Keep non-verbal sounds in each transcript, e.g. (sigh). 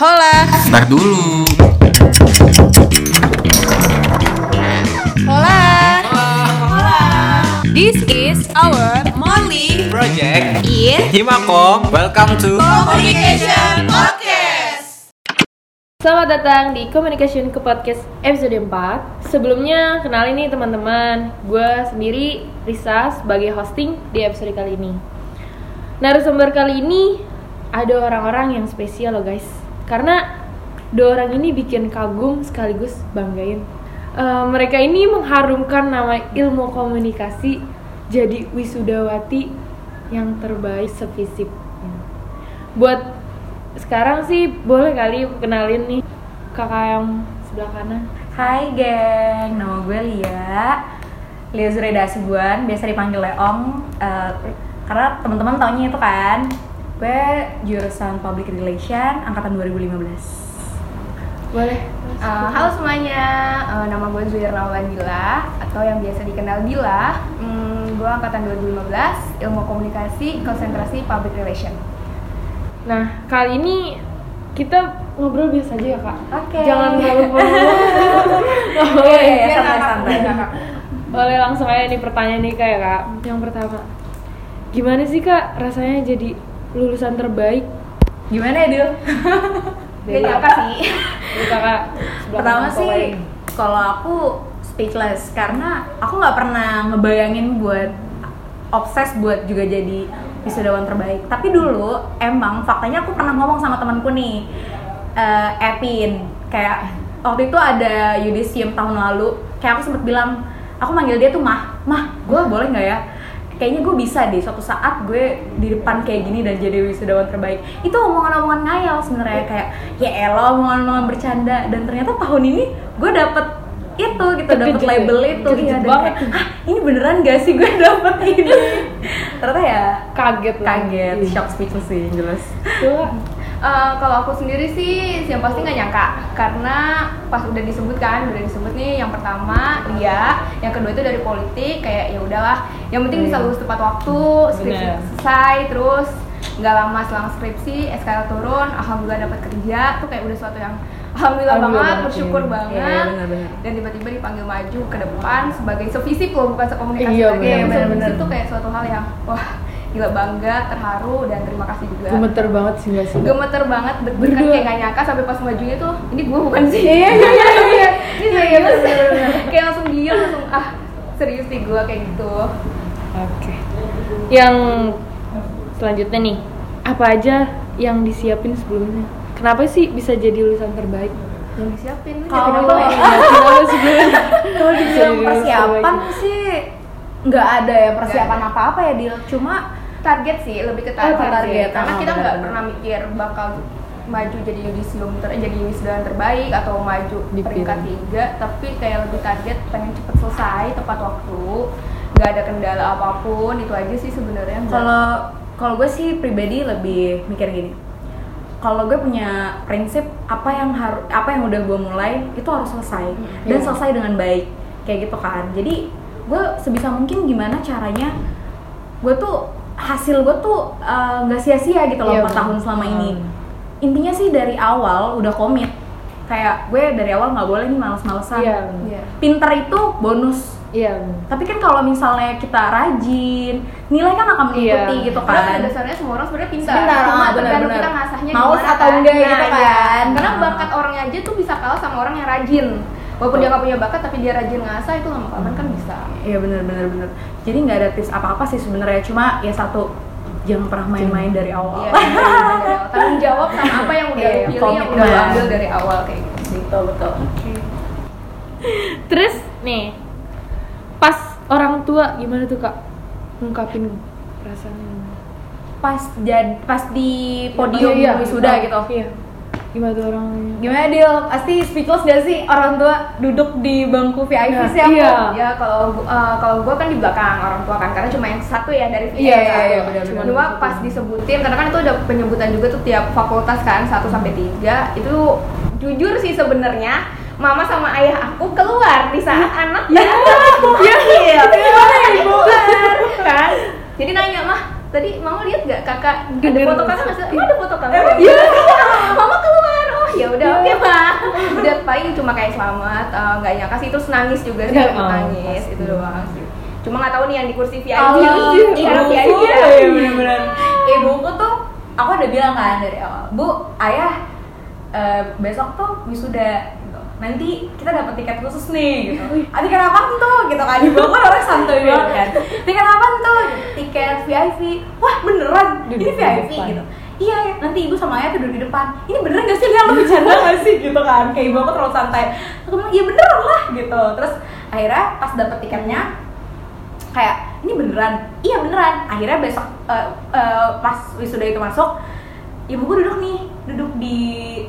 Hola, Ntar dulu. hola. This is our monthly Project in Himakom Welcome to communication podcast. Selamat datang di Communication ke Podcast episode 4 Sebelumnya, kenalin nih teman-teman Gue sendiri, Risa, sebagai hosting di episode kali ini Narasumber kali ini ada orang-orang yang spesial loh guys Karena dua orang ini bikin kagum sekaligus banggain Eh, Mereka ini mengharumkan nama ilmu komunikasi Jadi wisudawati yang terbaik sevisip buat sekarang sih boleh kali kenalin nih kakak yang sebelah kanan Hai geng, nama gue Iya, Lia Lia Zureda Asibuan, biasa dipanggil Leong Eh, Karena teman-teman taunya itu kan Gue jurusan Public Relation, angkatan 2015 boleh Uh, halo semuanya, Uh, nama gue Zulirna Dila atau yang biasa dikenal Dila. Hmm, gue angkatan 2015, ilmu komunikasi, konsentrasi public relation. nah kali ini kita ngobrol biasa aja ya kak Oke. jangan terlalu (laughs) formal. Oke, santai Biar kakak, santai biar kakak. boleh langsung aja nih pertanyaan nih kak ya kak yang pertama gimana sih kak rasanya jadi lulusan terbaik Gimana ya Dil? Gak nyangka sih. dari kakak sebelah Iya, Pertama kanan sih, Kak Wei. kalau aku speechless Karena aku nggak pernah ngebayangin buat obses buat juga jadi wisudawan terbaik Tapi dulu, emang faktanya aku pernah ngomong sama temanku nih eh, Epin Kayak waktu itu ada yudisium tahun lalu Kayak aku sempet bilang, aku manggil dia tuh Mah Mah, gue boleh nggak ya? Kayaknya gue bisa deh suatu saat gue di depan kayak gini dan jadi wisudawan terbaik Itu omongan-omongan ngayal sebenarnya Kayak ya elah omongan-omongan bercanda Dan ternyata tahun ini gue dapet itu gitu, dapet Terkejut ya? label itu Terkejut Iya, dan banget kayak, "Hah, ini beneran gak sih gue (laughs) dapet (laughs) ini ternyata ya kaget lah. kaget Iya. shock speechless sih jelas Kak, Uh, kalau aku sendiri sih, yang pasti nggak nyangka karena pas udah disebut kan, udah disebut nih yang pertama dia, yang kedua itu dari politik kayak ya udahlah, yang penting bisa lulus tepat waktu, skripsi Bener. selesai, terus nggak lama selang skripsi, SKL turun, alhamdulillah dapat kerja, tuh kayak udah suatu yang alhamdulillah, Alhamdulillah banget, banget, bersyukur iya. banget, Iya, iya, benar-benar. dan tiba-tiba dipanggil maju ke depan sebagai sevisip loh, bukan sekomunikasi Iya, lagi, benar, benar. sevisip tuh kayak suatu hal yang wah gila bangga, terharu dan terima kasih juga gemeter banget sih gak sih gemeter banget deg-degan Berdua. kayak gak nyangka sampai pas majunya tuh ini gue bukan sih iya iya iya iya (laughs) ini serius kayak langsung diam langsung ah serius sih gue kayak gitu Oke. Yang selanjutnya nih, apa aja yang disiapin sebelumnya? Kenapa sih bisa jadi lulusan terbaik? yang disiapin Kalau- lu siapin apa? Kenapa sebelumnya? kalau Iya, dibilang ya? Serius, persiapan lagi. sih nggak ada ya persiapan apa apa ya Dil cuma target sih lebih ke Oh, target, ke target. sih. karena Ah, kita nggak benar-benar. pernah mikir bakal maju jadi yudisium ter jadi wisudawan terbaik atau maju Dipilih. peringkat tiga tapi kayak lebih target pengen cepet selesai tepat waktu nggak ada kendala apapun itu aja sih sebenarnya kalau kalau gue sih pribadi lebih mikir gini kalau gue punya prinsip apa yang harus apa yang udah gue mulai itu harus selesai Hmm, dan iya. selesai dengan baik kayak gitu kan jadi gue sebisa mungkin gimana caranya gue tuh hasil gue tuh eh, nggak sia-sia Iya, gitu loh empat bener. tahun selama ini Hmm. intinya sih dari awal udah komit kayak gue dari awal nggak boleh nih males-malesan Iya. Iya. pinter itu bonus Iya. tapi kan kalau misalnya kita rajin nilai kan akan mengikuti Iya. gitu Karena kan pada dasarnya semua orang sebenarnya pintar. Pintar, Cuma ah, benar, tergantung benar. kita ngasahnya Maus gimana atau enggak gitu Nah, kan. iya. Karena Ah. bakat orangnya aja tuh bisa kalah sama orang yang rajin. Walaupun dia nggak punya bakat tapi dia rajin ngasah itu lama kelamaan kan bisa. Iya benar benar benar. Jadi nggak ada tips apa apa sih sebenarnya cuma ya satu jangan pernah main-main dari awal. Iya. dari- dari awal. Tanggung jawab sama apa yang udah Iya, lu pilih yang udah lu komitmen. ambil dari awal kayak gitu. Betul betul. Terus nih, pas orang tua gimana tuh kak? Ngungkapin perasaannya? Pas jad, pas di podium Iya, iya. wisuda gitu. Iya. Gimana tuh orangnya? Gimana Dil? Pasti speechless gak sih orang tua duduk di bangku VIP Nah, siapa? iya. Ya kalau gu- eh, kalau gue kan di belakang orang tua kan karena cuma yang satu ya dari VN Iya, satu. iya, iya, benar, Cuma benar. dua pas disebutin karena kan itu ada penyebutan juga tuh tiap fakultas kan 1 sampai 3 itu jujur sih sebenarnya mama sama ayah aku keluar di saat anak Iya. ya iya keluar kan jadi nanya mah tadi mama lihat gak kakak ada Bener. Iya. Iya. foto kakak nggak sih? Emang ada foto kakak mama keluar Oh, ya paling cuma kayak selamat eh, nggak nyangka sih terus nangis juga sih Nggak, ikut oh, nangis pasti. itu doang sih cuma nggak tahu nih yang di kursi VIP Kalau Karena ibuku, VIP ya. Iya benar-benar. ibuku tuh aku udah bilang kan dari awal bu ayah eh, besok tuh wisuda gitu. nanti kita dapat tiket khusus nih gitu ah tiket apa tuh gitu kan di Bogor orang santuy banget kan tiket apa tuh tiket VIP wah beneran ini Duduk di VIP depan. gitu iya nanti ibu sama ayah tidur di depan ini beneran gak sih lihat lu bercanda gak sih gitu kan kayak ibu aku terlalu santai aku bilang iya bener lah gitu terus akhirnya pas dapet tiketnya kayak ini beneran iya beneran akhirnya besok eh, eh, pas wisuda itu masuk ibuku duduk nih duduk di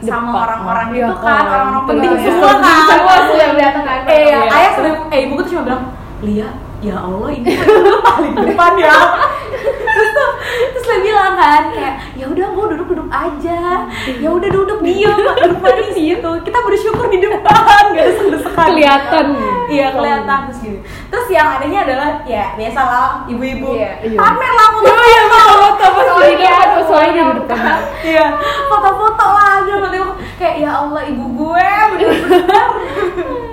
sama Depan. orang-orang Iya itu kan, kan orang-orang penting penting semua semua kan. kan semua semua yang datang kan eh ya, Iya. ayah sampai eh ibuku tuh cuma bilang Lia ya Allah ini kan paling depan ya terus tuh terus dia bilang kan kayak ya udah gua duduk duduk aja ya udah duduk diem duduk manis gitu kita bersyukur di depan gak ada sedekan Kelihatan. iya kelihatan terus gini terus yang adanya adalah ya biasa lah ibu-ibu Iya, iya. pamer lah foto foto Sorry dia, aku sorry dia Iya, di depan. iya foto-foto lah gitu tiba-tiba kayak ya Allah ibu gue bener-bener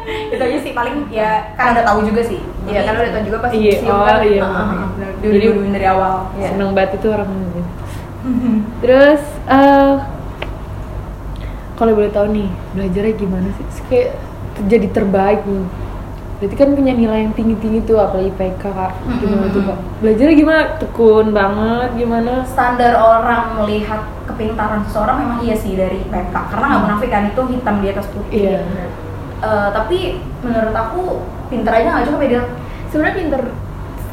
(laughs) itu aja sih paling ya karena udah tahu juga sih Iya, karena udah tahu juga pasti Iya, dicium oh, kan. iya. Heeh, udah Jadi- dulu dari awal Iya. (laughs) Seneng banget itu orang ini. Terus eh kalau boleh tahu nih belajarnya gimana sih? Terus Kayak jadi terbaik nih. Berarti kan punya nilai yang tinggi-tinggi tuh apalagi IPK kak. Gimana tuh kak? Belajarnya gimana? Tekun banget gimana? standar orang melihat kepintaran seseorang memang iya sih dari IPK karena nggak munafik kan itu hitam di atas putih Iya. Eh, tapi menurut aku pinter aja nggak cukup ya Dil? sebenarnya pinter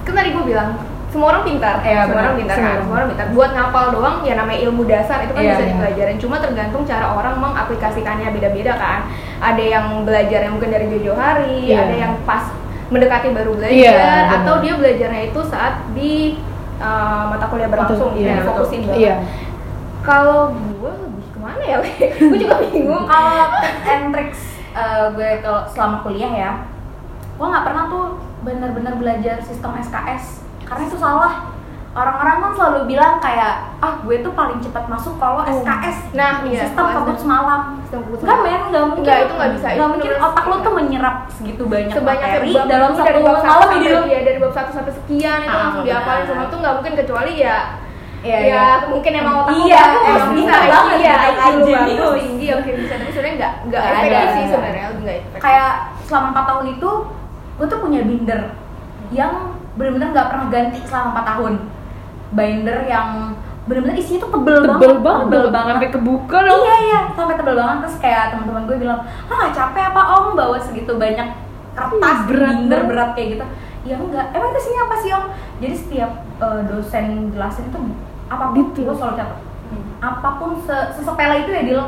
kan tadi gue bilang semua orang pintar Iya, semua benar. orang pintar kan Semua orang. semua orang pintar buat ngapal doang ya namanya ilmu dasar itu kan Iya, bisa iya. dipelajarin cuma tergantung cara orang mengaplikasikannya beda-beda kan ada yang belajarnya mungkin dari jauh-jauh hari Iya. ada yang pas mendekati baru belajar Iya, benar. atau dia belajarnya itu saat di uh, mata kuliah berlangsung Iya, ya fokusin banget Iya. kalau gue lebih kemana ya (laughs) gue juga bingung kalau tips and tricks eh, gue kalau selama kuliah ya gue nggak pernah tuh bener-bener belajar sistem SKS karena itu salah orang-orang kan selalu bilang kayak ah gue tuh paling cepat masuk kalau SKS Nah, Oh. iya, sistem kalau kabut SKS. semalam Sistem kabut Enggak Kan men, semalam. enggak mungkin. Nggak, itu nggak bisa. Itu mungkin bener-bener otak lo nggak. tuh menyerap segitu banyak sebanyak materi bab- dalam itu satu dari bab satu malam sampai- di dalam. iya, dari bab satu sampai sekian itu Ah, langsung diapalin benar. semua tuh nggak mungkin kecuali ya Iya, ya iya. mungkin emang otak lu Iya, udah- emang emang bisa pintar banget, iya pintar IQ lu jenius. bagus tinggi oke bisa tapi sebenarnya nggak nggak Nggak efektif ada. sih sebenarnya nggak efektif Kayak selama 4 tahun itu gue tuh punya binder yang bener-bener nggak pernah ganti selama 4 tahun. Binder yang bener-bener isinya tuh tebel, Tebel banget, banget, tebel banget sampai kebuka loh. Iya iya, sampai tebel banget terus kayak teman-teman gue bilang, "Ah, nggak capek apa Om bawa segitu banyak kertas Hmm, berat binder banget." berat kayak gitu?" Ya enggak. Emang itu isinya apa sih, Om? Jadi setiap eh, dosen jelasin itu apapun Detail. gue selalu catat. Apapun se- sesepele itu ya Dil.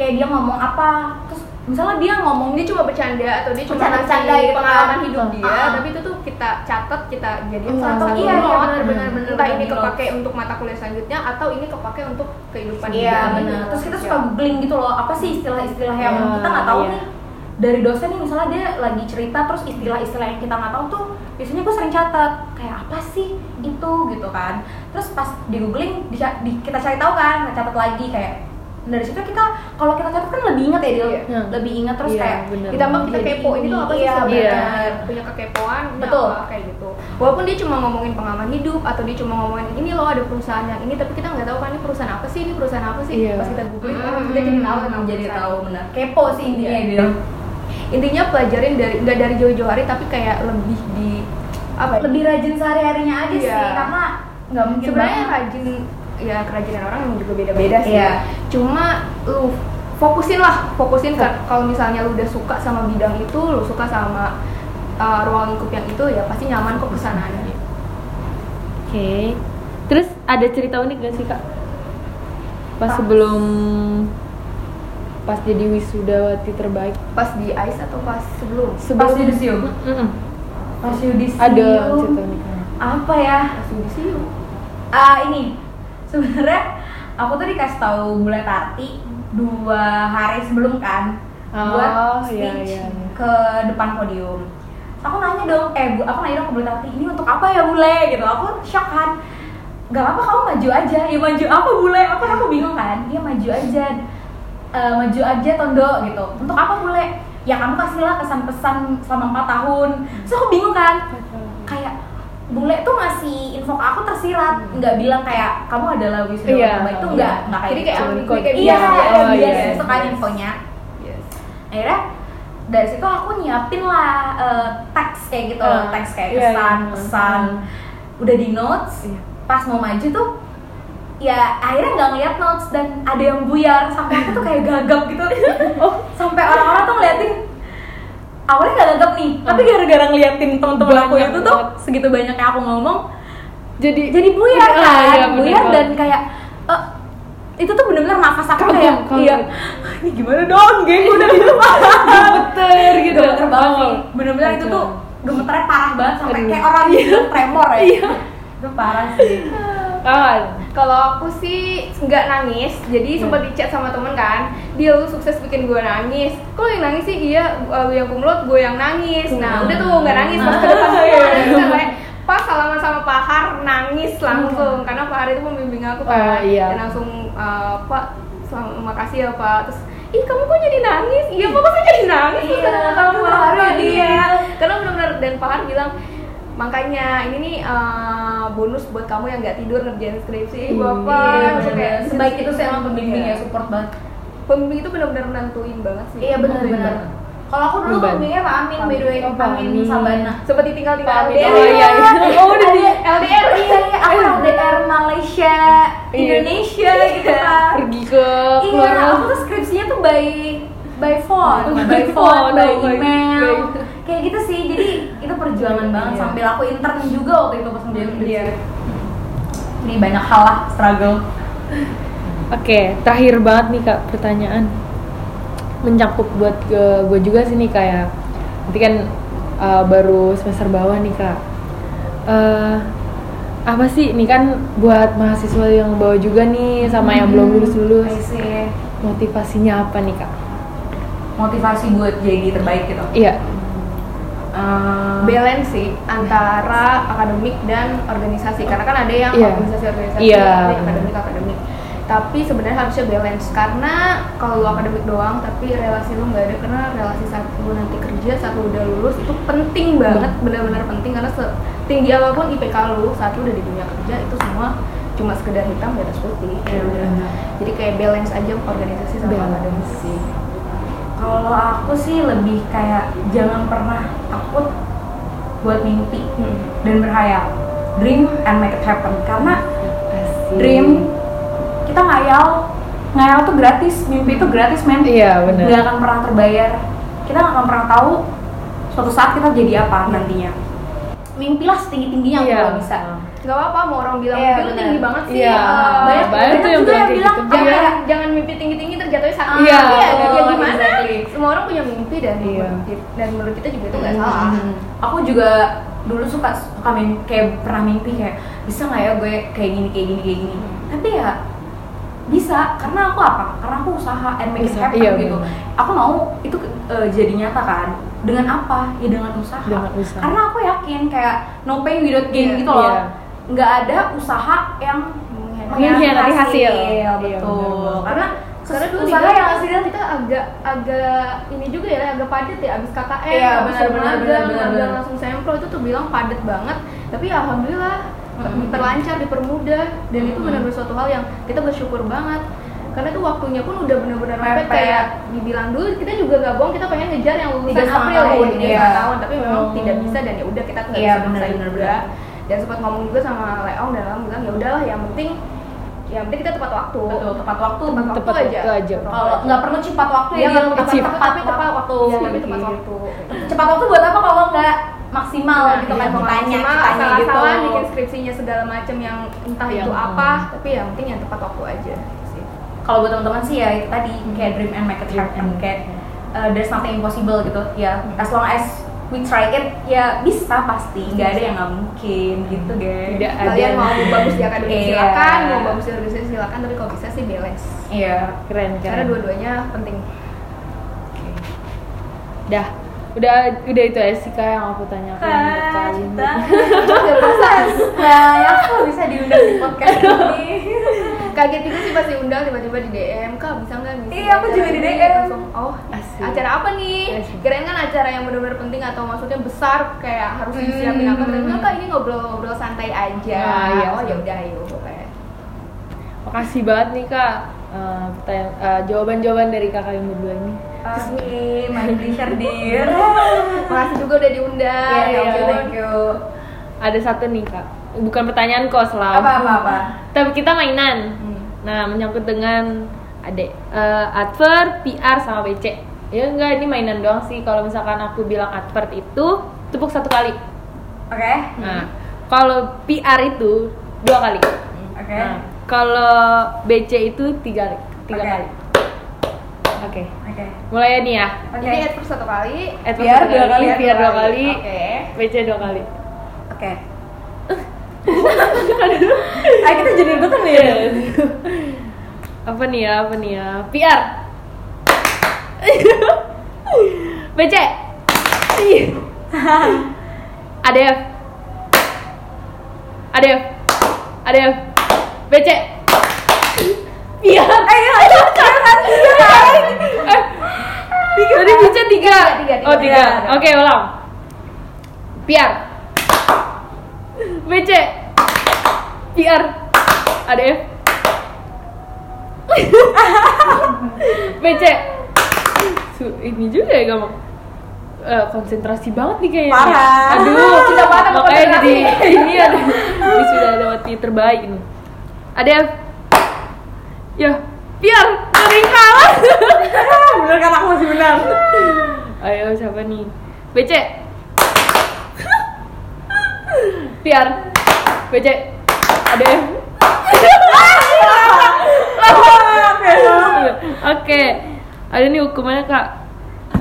Kayak dia ngomong apa, terus misalnya dia ngomong dia cuma bercanda atau dia cuma Bercanda-bercanda ngasih gitu kan. pengalaman hidup dia Ah, ah. tapi itu tuh kita catat kita jadi Iya, salah satu iya, iya, note. benar, benar, benar, entah ini benar. kepake untuk mata kuliah selanjutnya atau ini kepake untuk kehidupan Iya dia. benar. Terus kita suka googling gitu loh, apa sih istilah-istilah yang Iya, kita nggak tahu iya. nih. Dari dosen nih misalnya dia lagi cerita terus istilah-istilah yang kita nggak tahu tuh biasanya gue sering catat kayak apa sih itu gitu kan. Terus pas di googling dica- di- kita cari tahu kan, kita catat lagi kayak nah, dari situ kita kalau kita catat kan lebih ingat ya dia Iya. lebih ingat terus Iya, kayak benar. ditambah ditambah kita kepo ini tuh apa sih iya, sebenarnya benar. punya kekepoan punya Betul. apa, kayak gitu walaupun dia cuma ngomongin pengalaman hidup atau dia cuma ngomongin ini loh ada perusahaan yang ini tapi kita nggak tahu kan ini perusahaan apa sih ini perusahaan apa sih Iya. pas kita googling Hmm, kita jadi tahu tentang jadi perusahaan. tahu ya, benar. Kepo sih intinya Iya. dia. intinya pelajarin dari nggak dari jauh-jauh hari tapi kayak lebih di apa ya? Lebih rajin sehari-harinya aja Iya. sih karena nggak mungkin sebenarnya banget. rajin ya kerajinan orang emang juga beda-beda sih Iya. cuma lu fokusin lah fokusin ke- kalau misalnya lu udah suka sama bidang itu lu suka sama uh, ruang lingkup yang itu ya pasti nyaman kok kesana Iya. Oke. Terus ada cerita unik gak sih kak? Pas Pas. sebelum pas jadi wisudawati terbaik. pas di ICE atau pas sebelum? pas Sebelum yudisium. Mm-mm. Pas yudisium. ada cerita uniknya. apa ya Pas yudisium ah ini sebenarnya aku tuh dikasih tahu mulai tarti dua hari sebelum kan Oh, buat iya, speech iya, iya. ke depan podium Terus aku nanya dong eh bu aku nanya dong ke bule tarti ini untuk apa ya bule gitu aku shock kan gak apa kamu maju "Ya, aja ya maju apa bule aku kan aku bingung kan dia maju aja eh, maju aja Tondo gitu untuk apa mulai ya kamu kasihlah kesan-pesan selama 4 tahun so aku bingung kan kayak bule tuh ngasih info ke aku tersirat nggak bilang kayak kamu adalah wisudawan Iya. terbaik itu nggak nggak kayak Jadi kayak gitu. ambiguous, kayak iya biasa. kayak Oh, biasa iya. gitu kan infonya Yes. akhirnya dari situ aku nyiapin lah eh, teks kayak gitu Eh, teks kayak iya, kesan iya. pesan udah di notes Iya. pas mau maju tuh ya akhirnya nggak ngeliat notes dan ada yang buyar sampai aku tuh kayak gagap (laughs) gitu Oh. sampai orang-orang tuh ngeliatin awalnya nggak gagap nih tapi gara-gara ngeliatin temen-temen aku Ah. Banyak itu tuh banget. segitu banyaknya aku ngomong jadi jadi buyar Ah, kan iya, bener buyar banget. dan kayak eh, itu tuh bener-bener nafas aku Kagum, kayak kagum. iya ini gimana dong geng udah gitu gemeter gitu gemeter banget sih bener-bener itu Betul. tuh gemeternya parah banget sampai Aduh. Iya. kayak orang bilang tremor ya itu parah sih Iya, kan Kalau aku sih nggak nangis, jadi Iya. sempat dicat sama temen kan, dia lu sukses bikin gue nangis. Kok lu yang nangis sih? Iya, uh, yang kumlot gue yang nangis. Nah, udah tuh nggak nangis pas ke depan Ah, gue iya. (laughs) nangis sampai pas salaman sama Pak Har nangis langsung karena Pak Har itu pembimbing aku Iya. Ah, kan iya. dan langsung uh, Pak selamat makasih ya Pak terus ih kamu kok jadi nangis iya Pak kok saya jadi nangis terus Iya, karena kamu Pak Pak Har Har jadi dia Iya. gitu. karena benar-benar dan Pak Har bilang makanya ini nih eh, bonus buat kamu yang nggak tidur ngerjain skripsi Iya, bapak bener-bener. Kayak- sebaik itu sih emang pembimbing Iya. ya support banget pembimbing itu benar-benar nentuin banget sih iya benar-benar kalau aku dulu Beban. pembimbingnya Pak Amin by the way Oh, Pak Amin Amin. Sabana sempat ditinggal tinggal Pamit. LDR Oh, (laughs) iya, iya. oh udah di Ada- LDR iya iya aku LDR Malaysia Iya. Indonesia gitu kan pergi ke iya luar aku tuh skripsinya tuh by by (laughs) phone by phone phone, by oh my- email by- kayak gitu sih jadi itu perjuangan banget Iya. sambil aku intern juga waktu itu pas ngerjain skripsi Iya. jadi banyak hal lah struggle Oke, terakhir banget nih kak pertanyaan mencakup buat ke gue juga sih nih kayak nanti kan uh, baru semester bawah nih kak. Eh, apa sih ini kan buat mahasiswa yang bawa juga nih sama yang belum lulus lulus Hmm, I see. motivasinya apa nih kak? motivasi buat jadi terbaik gitu Iya. Eh, balance sih antara akademik dan organisasi karena kan ada yang Iya. organisasi-organisasi Iya. ada yang akademik-akademik tapi sebenarnya harusnya balance karena kalau lu akademik doang tapi relasi lu nggak ada karena relasi saat lu nanti kerja saat lu udah lulus itu Iya. penting banget benar-benar penting karena setinggi apapun IPK lu saat lu udah di dunia kerja itu semua cuma sekedar hitam di atas putih ya udah. jadi kayak balance aja organisasi sama Iya, Balance. akademis sih Kalau aku sih lebih kayak jangan pernah takut buat mimpi dan berhayal. Dream and make it happen. Karena Asik. dream kita ngayal, ngayal tuh gratis, mimpi itu gratis men. Iya benar. Nggak akan pernah terbayar. Kita nggak akan pernah tahu suatu saat kita jadi apa nantinya. Mimpilah setinggi tingginya Iya. kalau bisa. nggak apa-apa mau orang bilang Iya, mimpi lu benar. tinggi banget sih Iya. eh, Banyak, Banyak banyak tuh yang juga bilang kayak yang bilang gitu. ah, jangan kayak, jangan mimpi tinggi tinggi terjatuhnya sakit Iya. Iya, ya gimana Ah. Oh, Exactly. semua orang punya mimpi dan Iya. dan menurut kita juga itu nggak salah Hmm. Aku juga dulu suka suka mim- kayak pernah mimpi kayak bisa nggak ya gue kayak gini kayak gini kayak gini. Hmm. Tapi ya bisa karena aku apa? Karena aku usaha and make it Usaha, happen iya, gitu. bener. Aku mau itu eh, jadi nyata kan. Dengan apa? Ya dengan usaha. Dengan usaha. Karena aku yakin kayak no pain without gain Iya, gitu loh. iya. Nggak ada usaha yang Mengkhianati hasil. Iya, Betul. bener. karena kan karena dulu ya. usaha juga yang kita- hasilnya kita agak agak ini juga ya agak padat ya abis KKN Iya, abis benar, benar, magang, benar, magang benar. langsung sempro itu tuh bilang padat banget tapi ya alhamdulillah Mm-mm. diperlancar dipermudah dan itu Mm-mm. benar-benar suatu hal yang kita bersyukur banget karena itu waktunya pun udah benar-benar mepet Mepet. kayak dibilang dulu kita juga gak bohong kita pengen ngejar yang Tiga lulusan setengah April tahun, ya tiga iya. setengah tahun tapi memang Hmm. tidak bisa dan ya udah kita nggak Iya, bisa benar, maksain benar, juga benar. dan sempat ngomong juga sama Leong dan Leong bilang ya udahlah yang penting yang penting kita tepat waktu betul tepat waktu tepat waktu Tepat aja. waktu aja. kalau nggak perlu cepat waktu Iya, ya nggak perlu tepat cepat tepat tapi tepat waktu. Iya, Tapi iya. tepat waktu. cepat waktu buat apa kalau nggak maksimal Nah, gitu kan iya, kitanya maksimal, kitanya gitu Iya. asal-asalan bikin skripsinya segala macam yang entah Yang- itu apa, tapi yang penting yang tepat waktu aja sih. kalau buat teman-teman sih ya itu tadi Hmm. kayak dream and make it Dream happen and- kayak uh, there's nothing impossible gitu ya Hmm. as long as we try it ya bisa pasti nggak ada yang nggak mungkin gitu Hmm. guys Tidak ada. Kalian mau (laughs) bagus di akademik Iya. silakan, mau bagus di organisasi silakan, tapi kalau bisa sih balance. iya Keren keren. Karena dua-duanya penting. Dah. Udah udah itu aja sih kak yang aku tanyakan buat kali ini. (laughs) Nah, ya aku bisa diundang di podcast ini. kaget juga sih pas diundang tiba-tiba di DM kak bisa nggak bisa Iya, aku juga di acara ini?" DM. Langsung, oh Asik. acara apa nih Asik. kirain kan acara yang benar-benar penting atau maksudnya besar kayak harus Hmm. disiapin apa tapi enggak, kak ini ngobrol-ngobrol santai aja Ah, iya. oh ya udah ayo boleh Makasih banget nih kak eh, pertanya- eh, jawaban-jawaban dari kakak yang berdua ini. Asmi, my pleasure dear. makasih juga udah diundang Iya, ya thank you, ampun. thank you. Ada satu nih kak, bukan pertanyaan kok selalu. Apa apa apa? Tapi kita mainan. Nah menyangkut dengan adek eh, advert, PR sama PC. Ya enggak ini mainan doang sih. Kalau misalkan aku bilang advert itu tepuk satu kali. Oke, Nah kalau PR itu dua kali. oke. Nah kalau BC itu tiga kali. Tiga Oke. kali. Oke. Oke. Mulai ya nih ya. Oke. jadi add per satu kali eh, Advert PR satu dua kali, PR dua kali, oke BC dua kali. Oke. (laughs) Ah, kita jadi ikutan ya. apa nih ya apa nih ya (laughs) PR BC (laughs) ADF ADF ADF BC PR Eh, iya, Ayo, ayo, ayo. eh tadi BC tiga tiga, tiga. oh tiga Tiga. oke ulang PR BC PR ADF (laughs) BC Su- ini juga ya kamu Eh, konsentrasi banget nih kayaknya Parah. aduh Cinta banget (laughs) sama makanya jadi (laughs) konsentrasi. ini ada ini sudah lewati terbaik nih ADF ya PR kering kalah (laughs) Bener kan aku masih benar. (laughs) Ayo siapa nih? (laughs) BC. Piar. BC. Ada. ya? Oke. Oke. Ada nih hukumannya Kak.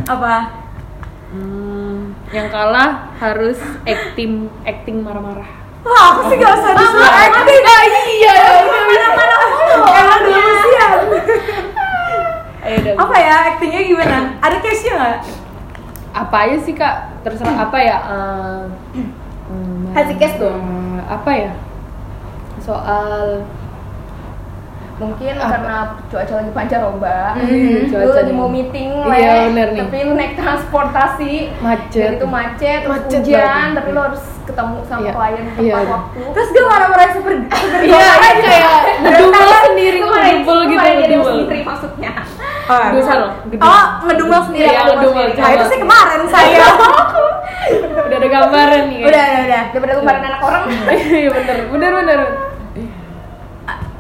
Apa? Hmm, yang kalah harus acting acting marah-marah. Wah, aku sih gak usah disuruh acting. iya. Oh, Mana-mana mulu. Emang dulu sih ya. Ayo udah. Apa ya, actingnya gimana? Ada case-nya gak? Apa aja sih Kak? Terserah apa ya? Eh, hmm, Kasih case dong. marah-marah. Apa ya? Soal mungkin Apa? karena cuaca lagi pancaroba Mhm. lu Cuaca lagi nih. mau meeting Iya, Le, bener nih. tapi lu naik transportasi Macet. jadi itu macet, terus Macet hujan banget. tapi lu harus ketemu sama Iya. klien tepat Iya. waktu Terus gue marah-marah super super Iya, doang. ini kayak ngedumel sendiri, Itu malah- ngedumel itu gitu, malah jadi ngedumel. sendiri maksudnya Oh, Ngedumel, ngedumel. Oh, ngedumel sendiri. Iya, ngedumel, Iya. Nah, itu coba. sih kemarin (laughs) saya. Udah ada gambaran nih. Udah, udah, udah. daripada kemarin anak orang Iya bener, bener bener.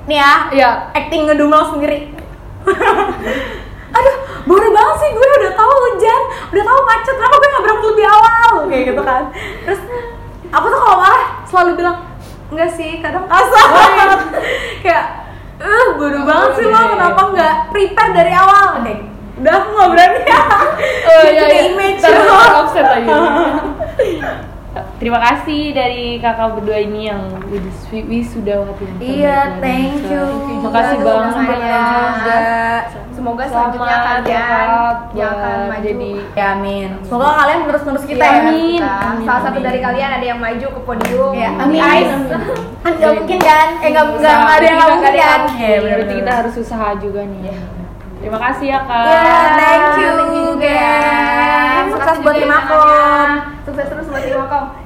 Nih ya, Iya. acting ngedumel sendiri aduh baru banget sih gue udah tahu hujan udah tahu macet kenapa gue nggak berangkat lebih awal kayak gitu kan terus aku tuh kalau marah selalu bilang enggak sih kadang kasar (laughs) kayak eh bodoh banget sih lo iya, iya, kenapa iya. nggak prepare dari awal kayak udah aku nggak berani ya Oh Jadi kayak image Ntar lo. (laughs) offset lagi. Terima kasih dari kakak berdua ini yang wis sudah latihan. iya thank you Makasih Aduh, banget. ya. makasih banget. semoga selanjutnya Selamat kalian ya, yang akan buat maju jadi ya amin semoga kalian terus-terus kita Iya, ya Amin. kita. Amin. salah satu dari kalian ada yang maju ke podium Iya, di amin. ice. kan nggak mungkin kan eh nggak nggak nggak ada yang nggak mungkin kan Iya, Berarti bener-bener. kita harus usaha juga nih. Terima kasih ya kak. Yeah, Iya, thank you, Thank you, guys. guys. Sukses Makasih buat juga tim ya aku. semuanya. Sukses terus buat tim Akom.